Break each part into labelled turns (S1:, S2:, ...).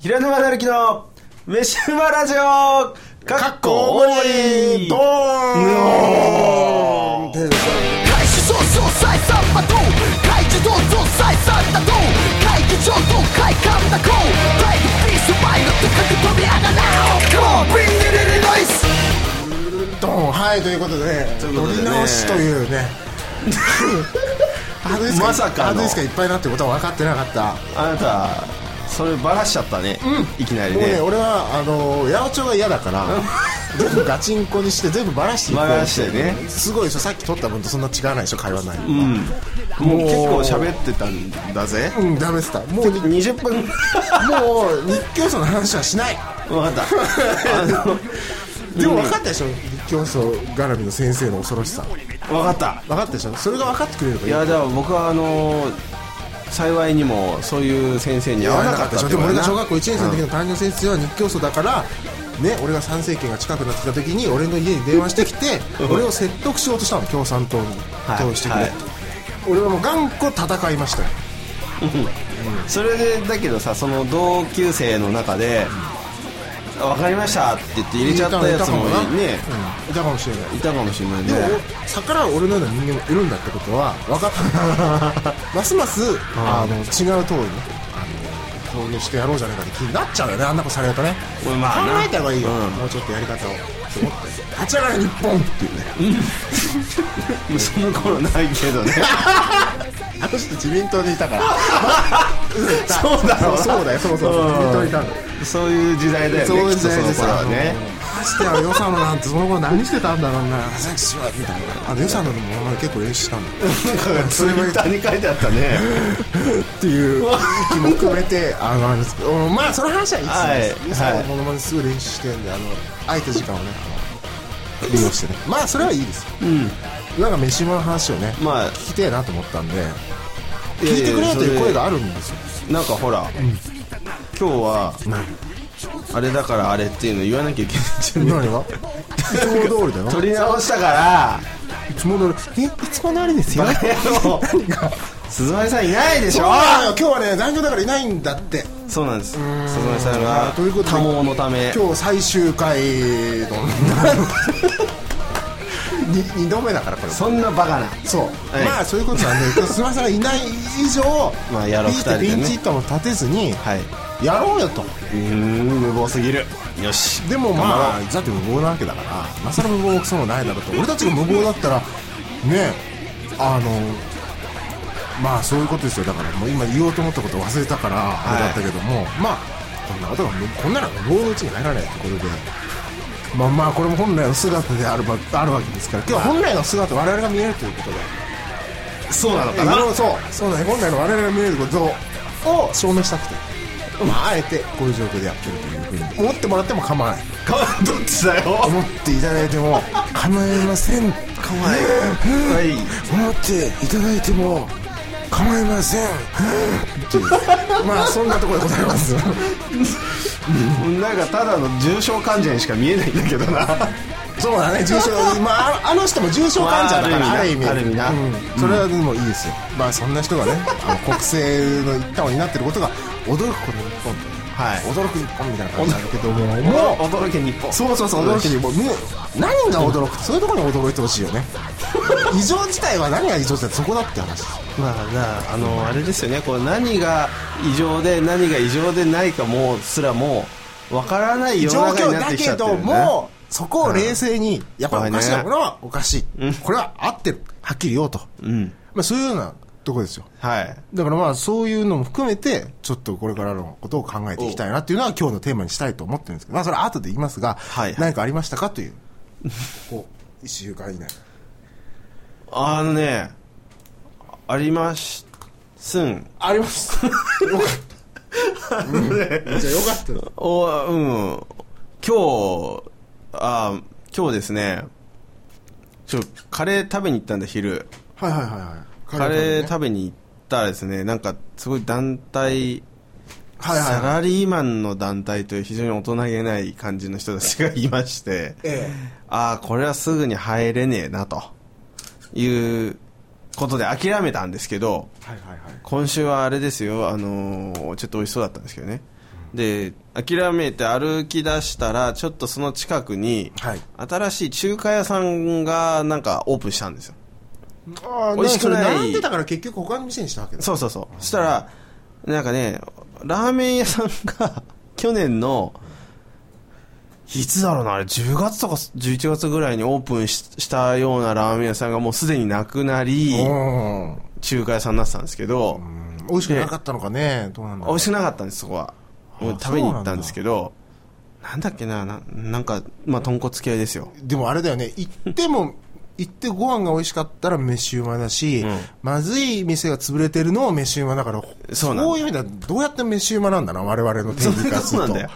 S1: 平沼なるきの飯うまラジオかっこ
S2: 大
S1: 大盛り
S2: ドーンって
S3: 怪奇少々再三罵倒怪奇道場再三打倒怪奇上等快感だこう大のピースマイルと格飛び上がらう Come on bring it in noise
S2: ドーンはいということでね
S1: いうことでね
S2: 撮り直しというねハードディスク
S1: まさかの
S2: ハードディスクがいっぱいなってことは分かってなかった
S1: あなたそれバラしちゃったね、いきなり
S2: もうね
S1: ね
S2: 俺はあのー八百長が嫌だから全部ガチンコにして全部バラしていこう
S1: バラしてね
S2: すごいでしょさっき撮った分とそんな違わないでしょ会話ない
S1: もう結構喋ってたんだぜ
S2: うん、ダメでした もうに
S1: 20分
S2: もう日教祖の話はしない
S1: わかったあの
S2: でも分かったでしょ日教祖絡みの先生の恐ろしさ分
S1: 分かった
S2: かったでしょそれが分かってくれればい
S1: い
S2: い
S1: やじゃあ僕はあの幸いにもそういう先生に会わなかったって
S2: で
S1: こ
S2: も
S1: と
S2: 俺
S1: だな
S2: が小学校1年生の時の担任の先生は日教祖だから、ね、俺が参政権が近くなってきた時に俺の家に電話してきて俺を説得しようとしたの共産党に
S1: はい
S2: 通してくれ、
S1: はい
S2: 俺はもう頑固戦いましたよ
S1: それでだけどさその同級生の中で「分かりました」って言って入れちゃったやつも
S2: いたのかな
S1: ね
S2: うんいたかもしれない
S1: いたかもしれないね
S2: でも逆らう俺のような人間もいるんだってことは分かった ますますあの違う通りねあの投入してやろうじゃないかって気になっちゃうよねあんなことされるとね
S1: うんまあな
S2: 考えた方がいいよ、
S1: うん
S2: もうちょっとやり方をって思って立ち上がれ日本っていうね
S1: その頃ないけどね
S2: あの人自民党にいたから
S1: そうだろうな
S2: そうだよそうそうそう自民党にいたんだよ
S1: そういう時代だよね
S2: そういう時代
S1: き
S2: で
S1: っとその頃
S2: さ
S1: はね
S2: ましてや与謝野なんてその頃何してたんだろうな早くしろよみたいなあの与謝野のものまね結構練習したんだよ
S1: なんかツイッターに書いてあったね
S2: っていう気も含めてあのあれですけどうんまあその話はいいですね、
S1: はい
S2: は
S1: はい
S2: い、ものまねすごい練習してるんであの空いた時間をねあの利用してねまあそれはいいですうんなんか飯物の話をね、
S1: まあ
S2: 聞きてえなと思ったんで聞いてくれよという声があるんですよ
S1: なんかほら、今日はあれだからあれっていうの言わなきゃいけないじゃん
S2: 何がいつも通りだよ
S1: 取り直したから
S2: いつも通りえいつも通り ですよ
S1: バカ野郎
S2: 何が
S1: 鈴丸さんいないでし
S2: そう
S1: ょ
S2: なのよ今日はね残業だからいないんだって
S1: そうなんです鈴丸さんが
S2: ということで
S1: 多忙のため
S2: 今日最終回 の 2, 度目だからこれ
S1: そんなバカな
S2: そう、
S1: はい
S2: まあそういうこと なんで須磨さんがいない以上
S1: まあやろう
S2: ピンチ
S1: 二人でね
S2: ピンチとも立てずに、
S1: はい
S2: やろうよと
S1: うーん無謀すぎるよし
S2: でもまあだって無謀なわけだからまさら無謀もクソもないだろうと俺たちが無謀だったらねあのまあそういうことですよだからもう今言おうと思ったこと忘れたからあれだったけども、まあこんなことが無こんなの無謀のうちに入らないところでまあまあこれも本来の姿であるばあるわけですから今日は本来の姿我々が見えるということで
S1: そうなのか
S2: い
S1: な
S2: ろいろそうそうだね本来の我々が見えることを証明したくて、まあ、あえてこういう状況でやってるというふうに思ってもらっても構わない
S1: どっちだよ
S2: 思っていただいても構いません構
S1: はいい
S2: 思っていただいても構いませんっていうまあそんなところでございます
S1: なんかただの重症患者にしか見えないんだけどな
S2: そうだね重症、まあ、ああの人も重症患者だから、
S1: まあ
S2: あ、
S1: あ
S2: る
S1: る
S2: 意
S1: 意味
S2: 味
S1: なある意味な
S2: うんそれはでもいいですよ、まあそんな人がねあの国政の一端を担ってることが驚くこの日本とね
S1: はい
S2: 驚く日本みたいな感じなんだけどももう
S1: 驚け日本
S2: そうそうそう驚きにもうね何が驚くそういうところに驚いてほしいよ ね異常事態は何が異常事態そこだって話
S1: まあなあのあれですよねこう何が異常で何が異常でないかもすらもわからない世
S2: 状
S1: の中
S2: 況
S1: になっ
S2: だ
S1: てきち
S2: け
S1: ゃってる
S2: ど
S1: よね
S2: もそこを冷静に、やっぱりおかしい
S1: 怖いね
S2: ものはおかしい、これは合ってるはっきり言おうと、
S1: うん
S2: まあ、そういうようなとこですよ
S1: はい
S2: だからまあそういうのも含めて、ちょっとこれからのことを考えていきたいなっていうのは今日のテーマにしたいと思ってるんですけど、まあそれは後で言いますが、
S1: はいはい
S2: 何かありましたかという。こう、一週間以内。
S1: あのねありますすん
S2: あ ります。よかった。うん、じゃあよかったよ。
S1: おうん今日あ今日ですねちょカレー食べに行ったんだ昼
S2: はいはいはいはい。
S1: カレー
S2: 食
S1: 食べに行ったらですねなんかすごい団体
S2: べはいはい
S1: サ
S2: はい。
S1: ラリーマンの団体という非常に大人げない感じの人たちがいまして、
S2: え
S1: ああ、これはすぐに入れねえなということで諦めたんですけど、
S2: はいはいはい。
S1: 今週はあれですよ、あのーちょっと美味しそうだったんですけどね、で諦めて歩き出したらちょっとその近くに、
S2: はい
S1: 新しい中華屋さんがなんかオープンしたんですよ
S2: ああ
S1: 美味しくない
S2: 並んでたから結局他の店にしたわけだ
S1: そうそうそうそしたらなんかねラーメン屋さんが 去年のいつだろうなあれ10月とか11月ぐらいにオープンししたようなラーメン屋さんがもうすでになくなり
S2: うん
S1: 中華屋さんになってたんですけど、
S2: 美味しくなかったのかねどうなんだろ
S1: 美
S2: う
S1: 味しくなかったんですそこはもう食べに行ったんですけどなんだっけなななんかまあ豚骨系ですよ
S2: でもあれだよね行っても行ってご飯が美味しかったら飯うまだし、
S1: ん
S2: まずい店が潰れてるのも飯うまだから
S1: そうなんだ
S2: いう意味ではどうやって飯うまなんだな我々の
S1: そ
S2: 天
S1: う
S2: 理からする
S1: な
S2: と
S1: んだよ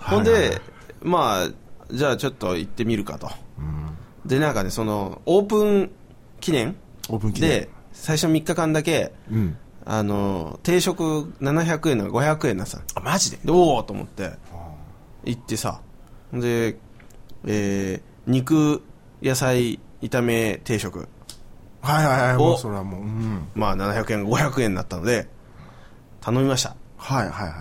S1: ほんでまあじゃあちょっと行ってみるかとでなんかねそのオープン記念
S2: オープン記念
S1: で最初3日間だけ
S2: うん
S1: あの定食700円なら500円なさ
S2: あマジで
S1: でおおと思って行ってさで、えー肉野菜炒め定食
S2: はいはいはい
S1: お
S2: もうそれはもううん
S1: まあ700円500円になったので頼みました
S2: はいはいは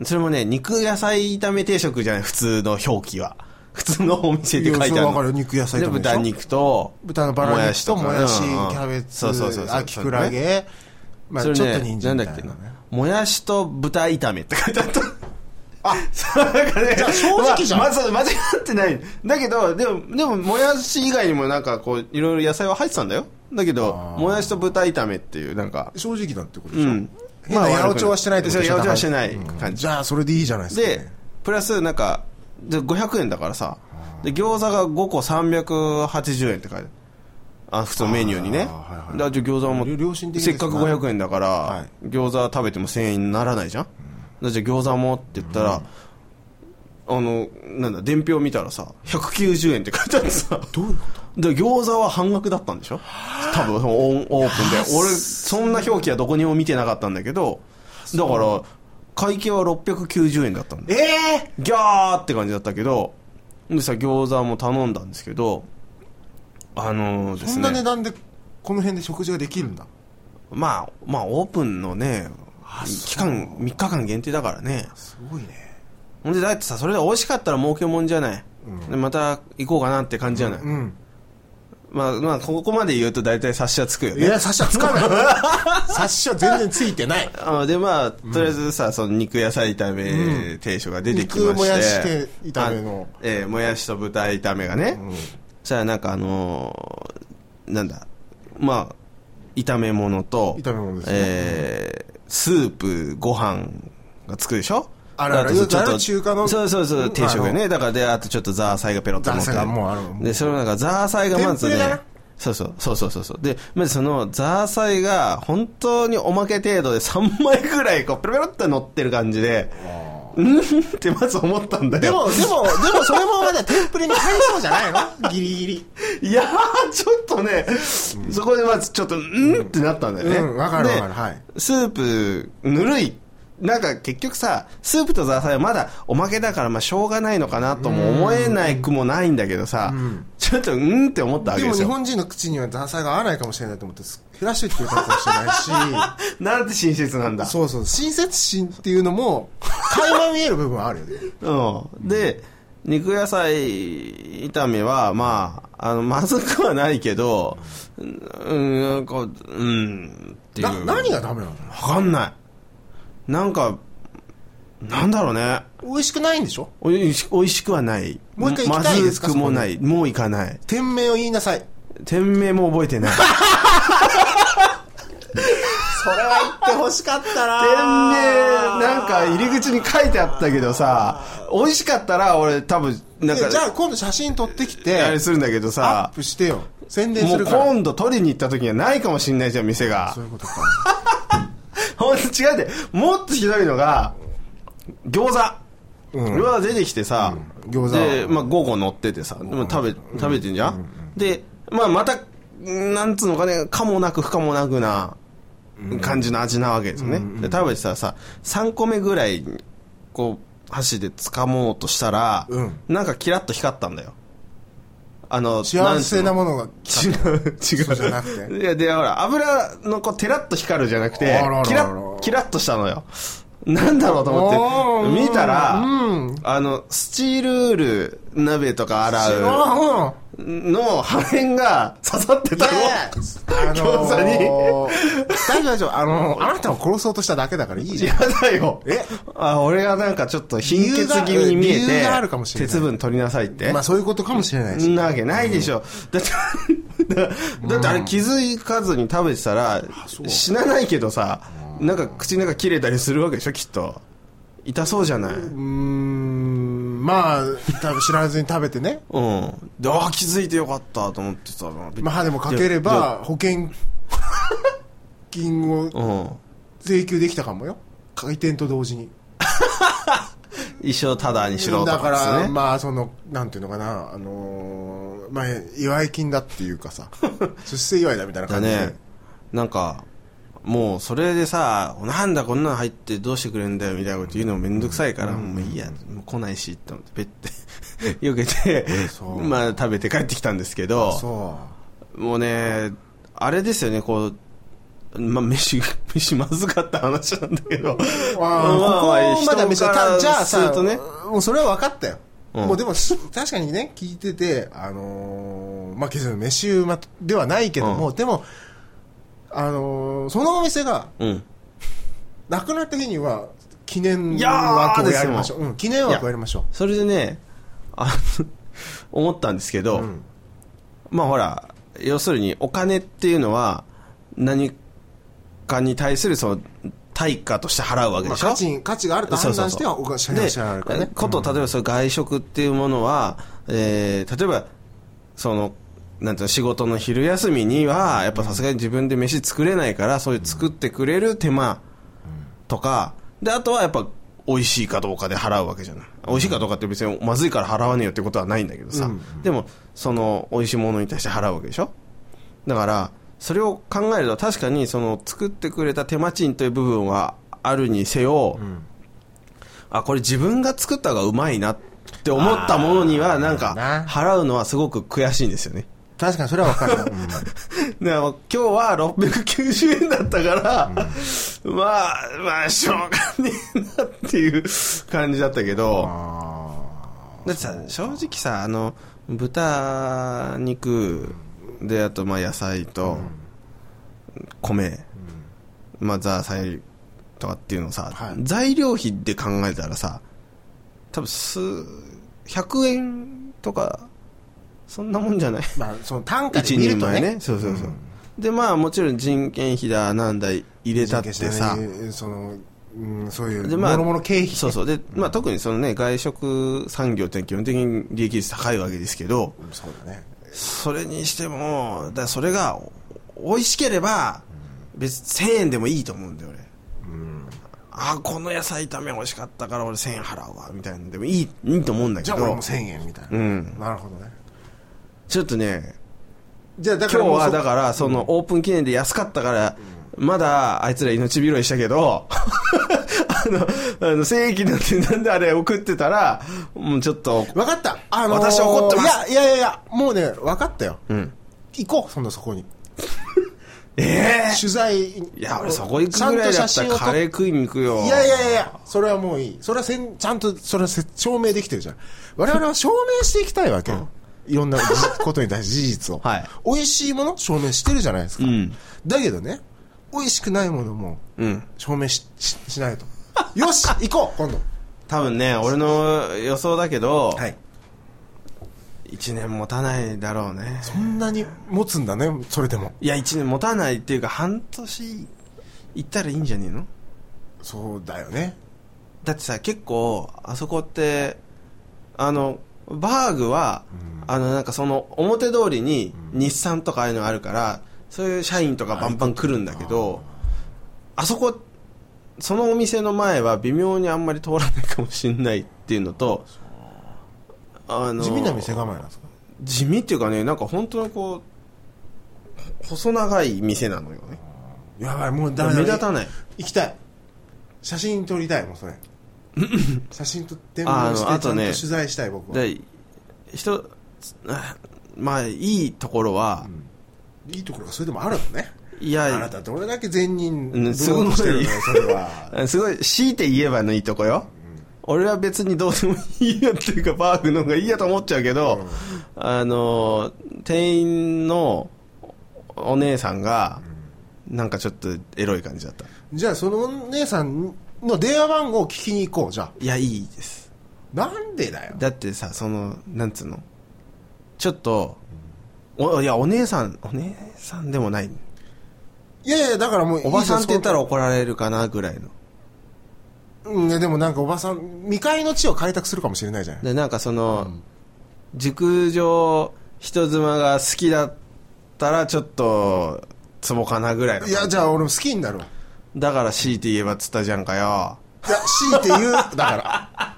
S2: い
S1: それもね肉野菜炒め定食じゃない普通の表記は普通のお店で書いて
S2: い
S1: ある
S2: やそうわかる肉野菜
S1: で
S2: 炒めでしょ
S1: 豚肉と
S2: 豚のバラ肉ともやし、キ
S1: もやしとか
S2: ャ
S1: うんうん
S2: ベ
S1: そうそうそう
S2: ツ、
S1: そう
S2: 秋クラゲ、まあ、
S1: そ
S2: ちょ
S1: れ
S2: っ
S1: ね
S2: と人参みたい
S1: な
S2: な
S1: だ
S2: ん
S1: っけ
S2: ね
S1: な。もやしと豚炒めって書いてあった あなんかね
S2: じゃあ正直じゃん
S1: まあまず間違ってないだけどでもでももやし以外にもなんかこういろいろ野菜は入ってたんだよだけど
S2: あー
S1: もやしと豚炒めっていうなんか
S2: 正直だってこと
S1: う
S2: でしょ。
S1: ん
S2: 変な八百長はしてないってことでし
S1: そ
S2: ょ。
S1: う八百長はしてない
S2: うん
S1: 感じ
S2: じゃあ、それでいいじゃないですかね。
S1: でプラスなんかで500円だからさで餃子が5個380円って書いてあるあ普通のメニューにね
S2: あーはいはい
S1: だからじゃあ餃子も
S2: 良良心的です
S1: せっ
S2: ね
S1: かく500円だから、
S2: は
S1: 餃子食べても1000円にならないじゃん、だからじゃあ餃子もって言ったら、あのなんだ伝票見たらさ190円って書いてあってさ
S2: どういうこと
S1: で餃子は半額だったんでしょ多分そのオンオープンで俺そんな表記はどこにも見てなかったんだけどだから会計は690円だったんだ
S2: ええ
S1: ギャーって感じだったけどでさ餃子も頼んだんですけどあのーです
S2: そん
S1: ね
S2: な値段で、この辺で食事ができるんだ。
S1: まあまあオープンのね期間3日間限定だからね
S2: すごいね。
S1: ほんでだってさそれで美味しかったら儲けもんじゃない、でまた行こうかなって感じじゃない、
S2: うん。
S1: まあまあここまで言うと大体察しはつくよ
S2: い
S1: ね
S2: や、サッシャつ かない。サッシャ全然ついてない。
S1: あでまあとりあえずさ、その肉野菜炒め定食が出てきまして、
S2: 肉もやし系炒めの
S1: あええもやしと豚炒めがね、そしたらなんかあのーなんだまあ炒め物と
S2: 炒め物ですね
S1: えースープご飯がつくでしょ
S2: あるある
S1: と
S2: よくある中華の
S1: そうそうそううん定食よ
S2: あ
S1: ねだからであとちょっとザーサイがペロッと乗って
S2: ザーサイがもうある
S1: でそのなんかザーサイがまずね
S2: 天ぷらだな
S1: そうそうそうそうそうそうでまずそのザーサイが本当におまけ程度で3枚ぐらいこうペロペロって乗ってる感じでうんってまず思ったんだよ
S2: でも、でも、でも、それもまだテンプレに入りそうじゃないのギリギリ。
S1: いやーちょっとね、そこでまずちょっとうんってなったんだよね、
S2: うんわかるわかる
S1: で
S2: はい
S1: スープぬるいなんか結局さスープとザーサイはまだおまけだからまあしょうがないのかなとも思えないくもないんだけどさ、ちょっとうんって思ったわけで
S2: でも
S1: す
S2: 日
S1: よ
S2: 本人の口にはザーサイが合わないかもしれないと思ってす減らしてって言ったかもしれないし
S1: なんて親切なんだ
S2: そうそう親切心っていうのも垣間見える部分はあるよね
S1: うん、で肉野菜炒めは、まあ、あのまずくはないけどうんうんこううんってい
S2: な
S1: う
S2: 何がダメなの
S1: わかんないなんかなんだろうね
S2: 美味しくないんでしょ
S1: おいしおいしくはない
S2: もう一回行きたいですか
S1: まずくもないもう行かない
S2: 店名を言いなさい
S1: 店名も覚えて ない
S2: それは言ってほしかったな
S1: 店名なんか入り口に書いてあったけどさ美味しかったら俺多分なんか
S2: じゃあ今度写真撮ってきて
S1: あれするんだけど
S2: ア
S1: さ
S2: ップしてよ宣伝
S1: も
S2: す
S1: う
S2: るから
S1: 今度取りに行った時にはないかもしんないじゃん店が
S2: そういうことか
S1: ほんと違うでもっとひどいのが餃子
S2: うん
S1: 餃子出てきてさ、
S2: うん餃子
S1: で、まあ、午後乗っててさでも食べ食べてんじゃん、で、まあ、またなんつうのかねかもなく不可もなくな感じの味なわけですよね、で食べてたらさ3個目ぐらいにこう箸で掴もうとしたら、
S2: うん
S1: なんかキラッと光ったんだよあの
S2: 幸せなも
S1: の
S2: のが
S1: 違う違
S2: そうじゃなく
S1: ういやでほら油のこうテラッと光るじゃなくて
S2: あらららら
S1: キラッキラッとしたのよなんだろうと思
S2: お
S1: っ
S2: ー
S1: て、見たら、
S2: うん
S1: あの、スチールウール鍋とか洗う
S2: あ
S1: の破片が刺さってたの。餃子
S2: あ
S1: に
S2: のー大丈夫大丈夫。あのーあなたを殺そうとしただけだからいいじゃん。
S1: 嫌だよ。
S2: え
S1: あ、俺がなんかちょっと貧血気味に見
S2: 理
S1: え
S2: 由が理
S1: て
S2: 由があるかもし、れない
S1: 鉄分取りなさいって。
S2: まあそういうことかもしれないし。
S1: んなわけないでしょ。だって、だだってあれ気づかずに食べてたら、死なないけどさ、なんか口の中切れたりするわけでしょ、きっと。痛そうじゃない。
S2: うーん、まあ、多分知らずに食べてね。
S1: うん。で、ああ、気づいてよかったと思ってさ、
S2: まあでもかければ、保険金
S1: う
S2: を
S1: ん。
S2: 請求できたかもよ。開店と同時に。
S1: 一生タダにしろと
S2: だか
S1: かです
S2: ら、
S1: ね。
S2: まあその、なんていうのかな、あのーまあ、祝い金だっていう かさ、出世祝いだみたいな
S1: だ
S2: 感じで
S1: ね。。なんか、もうそれでさ、なんだこんなの入ってどうしてくれんだよみたいなこと言うのもめんどくさいから、もういいや、もう来ないしって思って、ペッて 、避けて
S2: そう、
S1: まあ食べて帰ってきたんですけど、
S2: そ
S1: もうね、あれですよね、こう、まあ、飯、 飯まずかった話なんだけど。
S2: う。ここまだ飯
S1: 人から
S2: じゃあ
S1: す
S2: さ、
S1: るとね。
S2: もうそれは分かったよ。
S1: うん
S2: もうでも、す確かにね、聞いてて、あのーまあ、決して飯馬ではないけども、
S1: う
S2: でも、あのーそのお店が、
S1: うん。
S2: なくなった日には、記念
S1: いやー
S2: 枠をやりましょ
S1: で
S2: う。うん、記念枠をやりましょ
S1: それでね、あの 思ったんですけど、
S2: う。うん。
S1: まあほら、要するにお金っていうのは、何かに対するその、対価として払うわけ
S2: ま
S1: でし
S2: あ、
S1: ょ、
S2: 価値、価値があると判断しては、おかしい
S1: で
S2: 話があるからね。
S1: こと、例えばその外食っていうものは、えー例えば、その、なんていうの、仕事の昼休みには、やっぱさすがに自分で飯作れないから、そういう作ってくれる手間とか、で、あとはやっぱ、美味しいかどうかで払うわけじゃない。美味しいかどうかって別にまずいから払わねえよってことはないんだけどさ。でも、その、美味しいものに対して払うわけでしょだから、それを考えると確かに、その、作ってくれた手間賃という部分はあるにせよ、あ、これ自分が作った方がうまいなって思ったものには、なんか
S2: な、
S1: 払うのはすごく悔しいんですよね。
S2: 確かにそれは分かる。うん
S1: でも今日は690円だったから、まあ、まあ、しょうがねえなっていう感じだったけど、だってさ、正直さ、あの、豚肉で、あと、まあ、野菜と、米、まあ、ザーサイとかっていうのさ、
S2: はい
S1: 材料費で考えたらさ、多分数、100円とか、そんなもんじゃない
S2: まあ、その単価 で
S1: 一
S2: 見る
S1: 人
S2: と
S1: 前
S2: ね。
S1: ね。そうそうそう。で、まあもちろん人件費だなんだ入れたってさ。
S2: その、うん、そういう、
S1: で、まあ、
S2: もろもろ経費。
S1: そうそう。で、まあ特にそのね、外食産業って基本的に利益率高いわけですけど、
S2: そうだね。
S1: それにしても、だからそれがお美味しければ、別に1000円でもいいと思うんだよ、俺。あ、この野菜炒め美味しかったから俺1000円払うわ、みたいなのでもいい、いいと思うんだけ
S2: じゃあ俺
S1: ど
S2: も、1000円みたいな。
S1: うん
S2: なるほどね。
S1: ちょっとね、
S2: じゃあだ
S1: 今日はだ
S2: ら
S1: からそのオープン記念で安かったから、まだあいつら命拾いしたけど、 あの、あの、正義なんてなんであれ送ってたら、もうちょっと、
S2: もう。分かった。あのー
S1: 私怒ってます
S2: いやいやいやいや、もうね、分かったよ。
S1: うん。
S2: 行こう、そんなそこに。
S1: ええ
S2: 取材。い
S1: いや、俺そこ行くぐらいだったらカレー食いに行くよ。
S2: いやいやいやいや、それはもういい。それはせん、ちゃんと、それはせ証明できてるじゃん。我々は証明していきたいわけよ。いろんなじことに対して事実を。
S1: はい
S2: 美味しいもの証明してるじゃないですか。
S1: うん
S2: だけどね、美味しくないものも、
S1: うん。
S2: 証明しししないと。 よし行こう今度。
S1: 多分ね、俺の予想だけど、
S2: はい。
S1: 一1年持たないだろうね。
S2: こんなに持つんだね、それでも。
S1: いや、1年持たないっていうか、半年行ったらいいんじゃねえの
S2: そうだよね。
S1: だってさ結構あそこってあのバーグは、あのなんかその表通りに日産とかああいうのがあるからそういう社員とかバンバン来るんだけどあそこそのお店の前は微妙にあんまり通らないかもしれないっていうのとあの
S2: 地味な店構えなんですか
S1: 地味っていうかねなんか本当にこう細長い店なのよね
S2: やばい、もうダメだ。
S1: 目立たない
S2: 行きたい。写真撮りたい、もう それ。写真撮って、
S1: ああ
S2: も
S1: の
S2: して、
S1: あ
S2: ちゃ
S1: と
S2: んと
S1: ね
S2: 取材したい、僕は。
S1: で人あまあいいところは、
S2: いいところがそれでもあるのね。
S1: い
S2: あな
S1: や、
S2: たどれだけ善人
S1: うんすごい
S2: ブロックしてるのよそれは
S1: すごい、強いて言えばのいいとこよ。俺は別にどうでもいいやっていうか、バーグの方がいいやと思っちゃうけど、あの、店員のお姉さんが、なんかちょっとエロい感じだった。
S2: じゃあそのお姉さんの電話番号を聞きに行こうじゃあ
S1: いや、いいです。
S2: なんでだよ
S1: だってさ、その、なんつうのちょっと、おいや、お姉さん、お姉さんでもない。
S2: いやいやだからもう
S1: おばさんって言ったら
S2: いいじ
S1: 怒られるかなぐらいの。
S2: ゃんうんいやでもなんかおばさん未開の地を開拓するかもしれないじゃない
S1: でなんかその、熟女人妻が好きだったらちょっとツボかなぐらいの
S2: いやじゃあ俺も好きになるわ
S1: だから強いて言えばつったじゃんかよ
S2: いや強いて言うだから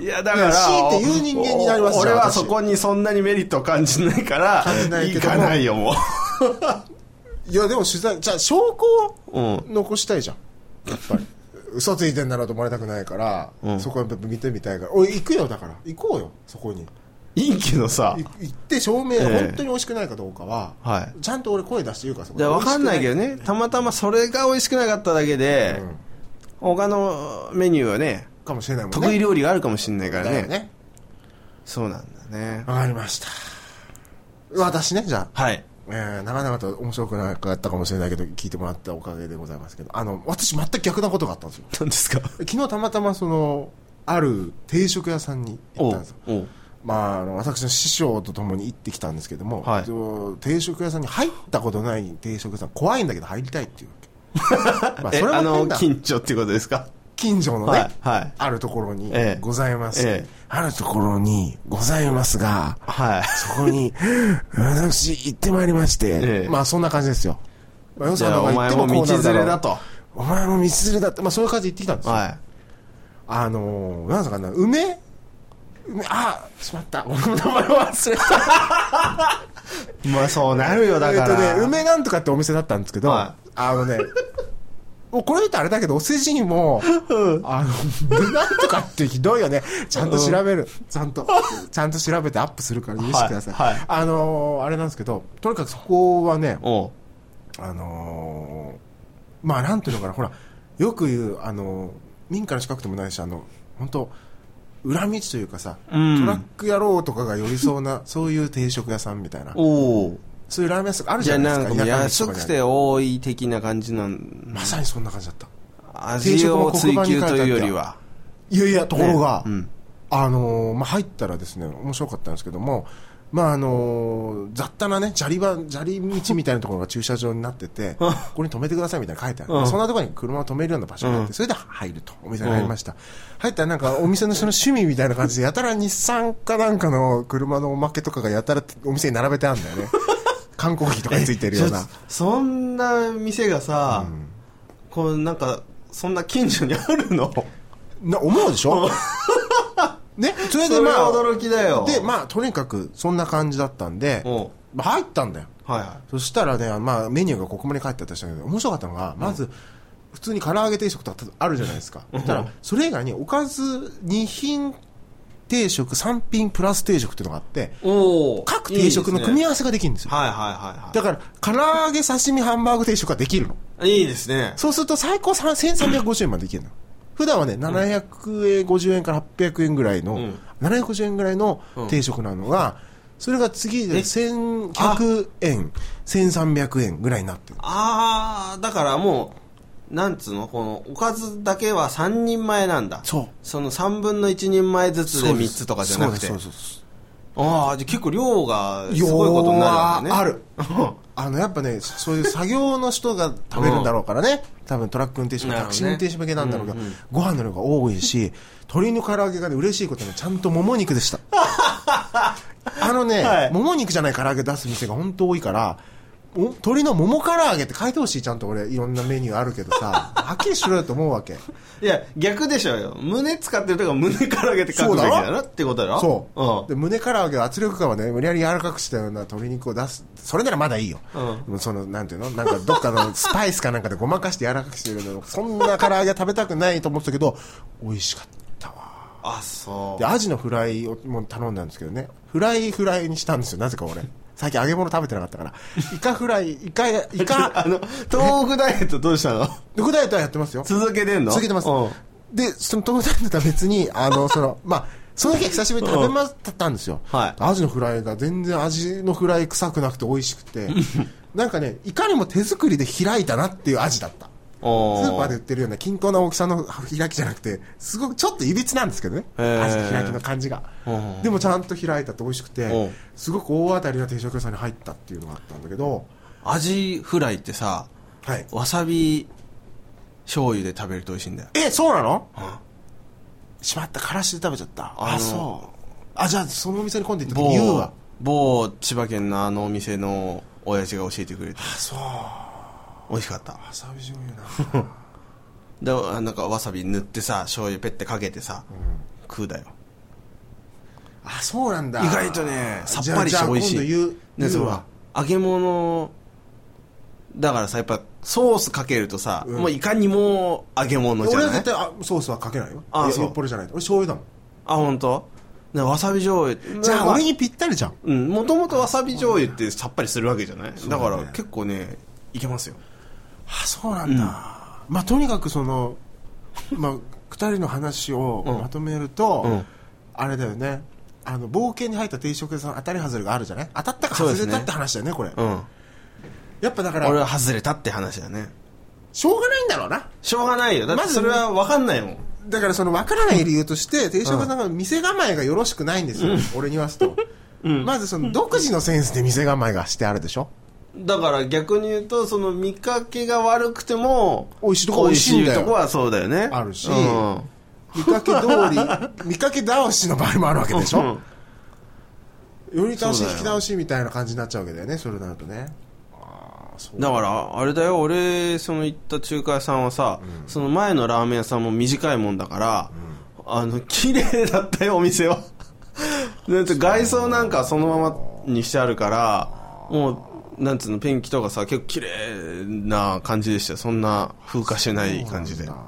S1: いやだ
S2: から強いて言う人間になりますよ
S1: 俺は
S2: 私
S1: そこにそんなにメリットを感じないから
S2: 感じない
S1: 行
S2: けども
S1: かないよも
S2: いやでも取材じゃあ証拠
S1: ううん
S2: を残したいじゃんやっぱり嘘ついてんだろうと思われたくないから、
S1: うん
S2: そこはやっぱ見てみたいから俺行くよだから行こうよそこに
S1: いいけどさ
S2: い行って証明、
S1: ええ
S2: 本当に美味しくないかどうかは、
S1: はい
S2: ちゃんと俺声出して言うからそこ
S1: で分かんないけど
S2: ね
S1: ねたまたまそれが美味しくなかっただけで、
S2: ん
S1: 他のメニューはね
S2: かもしれないもんね
S1: 得意料理があるかもしれないから
S2: だ
S1: ね
S2: よね
S1: そうなんだね
S2: わかりました私ねじゃあ
S1: はい
S2: えー、長々と面白くなかったかもしれないけど、聞いてもらったおかげでございますけど、あの、私全く逆なことがあったんですよ。
S1: 何ですか
S2: 昨日たまたまその、ある定食屋さんに行
S1: お
S2: っ
S1: う
S2: たんですよ。
S1: おう
S2: まあ、あの私の師匠と共に行ってきたんですけども、
S1: はい
S2: と定食屋さんに入ったことない定食屋さん、怖いんだけど入りたいっていう わけ。まあ、
S1: え
S2: それ
S1: あ
S2: は
S1: の
S2: 変だ
S1: 緊張っていうことですか
S2: 近所のね、
S1: はいはい
S2: あるところに
S1: ええ
S2: ございます、
S1: ええ
S2: あるところにございますが、
S1: はい
S2: そこに、 私行ってまいりまして、
S1: ええ
S2: まあそんな感じですよ。まあ、よ
S1: じゃあお前も道連れだ。と
S2: お前も道連れだって、まあそういう感じで行ってきたんですよ。
S1: は
S2: あのー、なんすかな、梅梅、あ、しまった。俺の名前忘れた。
S1: い まあそうなるよだか
S2: えっ
S1: ら、
S2: とね、梅なんとかってお店だったんですけど、
S1: は
S2: あのね、 もうこれ言うとあれだけど、お世辞に も、あの、梅なんとかってひどいよね。ちゃんと調べる。ちゃ んと、ちゃんと調べてアップするから許してください。
S1: はいはい
S2: あのーあれなんですけど、とにかくそこはね、
S1: おう
S2: あのーまあなんていうのかな、ほら、よく言う、あのー民家の近くでもないし、あの、本当裏道というかさ、
S1: うん
S2: トラック野郎とかが寄りそうな、そういう定食屋さんみたいな、
S1: おう
S2: そういうラーメン屋さんあるじ
S1: じゃ
S2: ゃ
S1: あ
S2: な
S1: ないんか
S2: で
S1: もう
S2: すか、田舎
S1: 安
S2: 道とかに
S1: く
S2: ある
S1: て多い的な感じの
S2: まさにそんな感じだった。
S1: 味を追求というよりは、
S2: いやいや、ところが、
S1: うん、
S2: あのーまあ、入ったらですね、面白かったんですけども、まああのー雑多なね、砂利場、砂利道みたいなところが駐車場になっ てて、ここに止めてくださいみたいなの書いてある。
S1: うん
S2: そんなところに車を止めるような場所があっ
S1: う
S2: て、それで入ると、お店に入りました。入ったらなんか、お店の人の趣味みたいな感じで、やたら日産かなんかの車のおまけとかがやたらお店に並べてあるんだ よね。缶コーヒーとかについてるような
S1: ちょ。そんな店がさ、こうなんかそんな近所にあるの
S2: な、思うでしょ ね、それでまあ、
S1: それ驚きだよ
S2: で、まあ、とにかく、そんな感じだったんで、
S1: おう
S2: まあ入ったんだよ。
S1: はいは
S2: そしたらね、まあ、メニューがここまで書いてあったりしたけど、面白かったのが、まず、普通に唐揚げ定食とかあるじゃないですか。そしたら、それ以外におかず2品定食、3品プラス定食っていうのがあって、
S1: いおう
S2: 各定食の組み合
S1: わ
S2: わせができるんですよ。
S1: はいはい
S2: だ
S1: は
S2: から、唐揚げ刺身ハンバーグ定食ができるの。
S1: いはいいいですね
S2: そうすると最高さん1350円までいけるの。普段はね、750円、50円から800円ぐらいの、
S1: ん
S2: 750円ぐらいの定食なのが、それが次で
S1: え
S2: 1100円、1300円ぐらいになってる。
S1: ああだからもうなんつうのこのおかずだけは3人前なんだ
S2: そう
S1: その3分の1人前ずつで3つとかじゃなくて
S2: そうですそうです
S1: ああじゃあ結構量がす
S2: 量
S1: ごいことにな
S2: は
S1: るんだね
S2: あ る。あの、やっぱね、そういう作業の人が食べるんだろうからね。多分トラック運転手も
S1: なる
S2: タ
S1: ほどね
S2: クシー運転手向けなんだろうけど、ご飯の量が多いし、鶏の唐揚げがね、嬉しいことにちゃんともも肉でした。あのね、
S1: はい
S2: もも肉じゃない唐揚げ出す店が本当多いから、お鶏のもも唐揚げって書いてほしい、ちゃんと俺、いろんなメニューあるけどさ、はっきりしろよと思うわけ。
S1: いや逆でしょうよ胸使ってるとか胸から揚げって書くべきだなってことだろ
S2: そう、
S1: う
S2: で胸から揚げを圧力感はね無理やり柔らかくしたような鶏肉を出すそれならまだいいよ、
S1: うん
S2: でもそのなんていうのなんかどっ かのスパイスかなんかでごまかして柔らかくしてるのそんな唐揚げは食べたくないと思ってたけど美味しかったわ
S1: んあそ
S2: でアジのフライをもう頼んだんですけどねフライフライにしたんですよなぜか俺最近揚げ物食べてなかったから。イカフライ、イカ、イカ、
S1: あの、豆腐ダイエットどうしたの
S2: 具ダイエットはやってますよ。
S1: 続けてんの
S2: 続けてます
S1: うん。
S2: で、その豆腐ダイエットは別に、あ の、その、まあ、その日は久しぶりに食べまったんですよ。
S1: はい
S2: アジのフライが全然味のフライ臭くなくて美味しくて、なんかね、いかにも手作りで開いたなっていうアジだった。
S1: お
S2: スーパーで売ってるような均衡な大きさの開きじゃなくて、すごくちょっといびつなんですけどね、
S1: へー
S2: 味の開きの感じが
S1: うん。
S2: でもちゃんと開いたって美味しく
S1: う
S2: て
S1: ん、
S2: すごく大当たりな定食屋さんに入ったっていうのがあったんだけど、
S1: アジフライってさ、
S2: はい。
S1: わさび醤油で食べると美味しいんだよ。
S2: え、そうなのしまった、からしで食べちゃった。
S1: あの
S2: あ、そう。あ、じゃあそのお店に今度行った時
S1: 某
S2: 言うわ。
S1: 某千葉県のあのお店の親父が教えてくれて
S2: あ、そう。わ
S1: 美味しかった
S2: さび醤油 な。
S1: であなんかわさび塗ってさ醤油ペッてかけてさ、食うだよ
S2: あ、そうなんだ。
S1: 意外とねさっぱりして美味しい
S2: じゃあじゃあ今度言
S1: ね
S2: う。
S1: そ
S2: 言う
S1: の
S2: わ。
S1: 揚げ物だからさやっぱソースかけるとさ、
S2: うん
S1: もういかにも揚げ物じゃ
S2: 俺は
S1: ない
S2: 絶対あソースはかけないよ。
S1: あ
S2: いや
S1: そう
S2: よっぽどじゃない。俺醤油だもん。
S1: あ本当？ねわさび醤油
S2: じゃ
S1: ま
S2: あ俺にぴったりじゃん。
S1: うんもともとわさび醤油ってさっぱりするわけじゃないだ,、
S2: うだね
S1: から結構ねいけますよ
S2: あそうなんだ、まあとにかくその、まあ、2人の話を
S1: うん
S2: まとめると、
S1: うん
S2: あれだよねあの冒険に入った定食屋さん当たり外れがあるじゃない当たったか
S1: そう
S2: 外
S1: です
S2: れ
S1: ね
S2: たって話だよねこれ
S1: うん
S2: やっぱだか
S1: 俺
S2: ら
S1: は外れたって話だね
S2: しょうがないんだろうな
S1: しょうがないよだって
S2: まず
S1: それは分かんないもん
S2: だからその分からない理由として定食屋さんが店構えがよろしくないんですよ、俺に言わすと、まずその独自のセンスで店構えがしてあるでしょ
S1: だから逆に言うとその見かけが悪くても
S2: 美味しいとこ美味しいんだよ
S1: 美味とこはそうだよね
S2: あるし
S1: うん
S2: 見かけ通り見かけ倒しの場合もあるわけでしょ、
S1: うん
S2: より倒し
S1: そうだよ
S2: 引き倒しみたいな感じになっちゃうわけだよねそれになるとねああそう
S1: だからあれだよ俺その行った中華屋さんはさ、その前のラーメン屋さんも短いもんだから、あの綺麗だったよお店は なんて外装なんかそのままにしてあるからもうなんつうのペンキとかさ結構綺麗な感じでしたよそんな風化してない感じで
S2: そうなん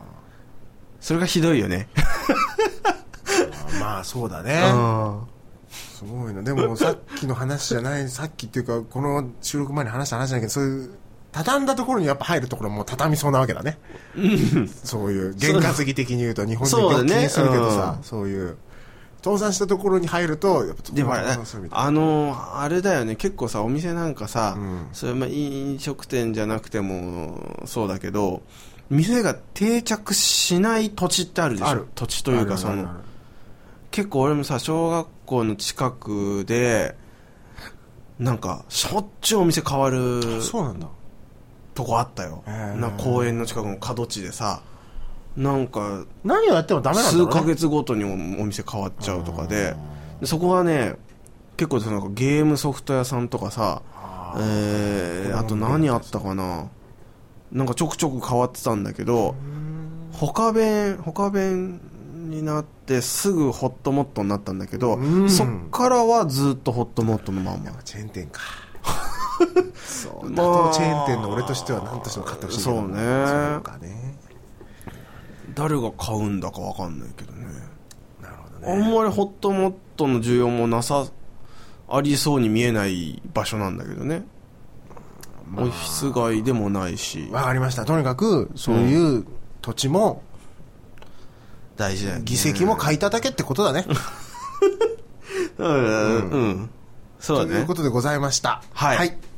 S1: それがひどいよね
S2: だまあそうだね
S1: うん
S2: すごいなでもさっきの話じゃないさっきっていうかこの収録前に話した話じゃないけどそういう畳んだところにやっぱ入るところはもう畳みそうなわけだねそういう原価ぎ的に言うと日本人
S1: そうだ
S2: って
S1: ね
S2: 気にするけどさ
S1: うん
S2: そういう倒産したところに入るとやっぱ
S1: でもあれ
S2: 倒産するみたいな
S1: あのあれだよね結構さお店なんかさ、
S2: ん
S1: それまあ飲食店じゃなくてもそうだけど店が定着しない土地ってあるでしょ
S2: ある
S1: 土地というかそ
S2: あるあるあ
S1: の
S2: る
S1: 結構俺もさ小学校の近くでなんかしょっちゅうお店変わる
S2: そうなんだ
S1: とこあったよ
S2: へー
S1: なんか公園の近くの角地でさなんか
S2: 何をやってもダメなんだろう
S1: 数
S2: ね
S1: ヶ月ごとにお店変わっちゃうとかででそこはね結構そのなんかゲームソフト屋さんとかさ
S2: あー
S1: えーあと何あったかななんかちょくちょく変わってたんだけど他弁他弁になってすぐホットモットになったんだけど
S2: うん
S1: そっからはずっとホットモットのまんま
S2: やっぱチェーン店かそう
S1: まあ
S2: 打倒チェーン店の俺としては何としても買ってほしいけど
S1: そうね
S2: そうかね
S1: 誰が買うんだかわかんないけどね
S2: なるほど
S1: あ
S2: ね
S1: んまりホットモットの需要もなさありそうに見えない場所なんだけどねオフィス街でもないし
S2: わかりましたとにかくそういう土地も
S1: 大事だよね
S2: 議席も買い叩けってことだね、
S1: うんうん、うん、そ
S2: と
S1: うだ
S2: いう
S1: ね
S2: ことでございました
S1: はい
S2: はい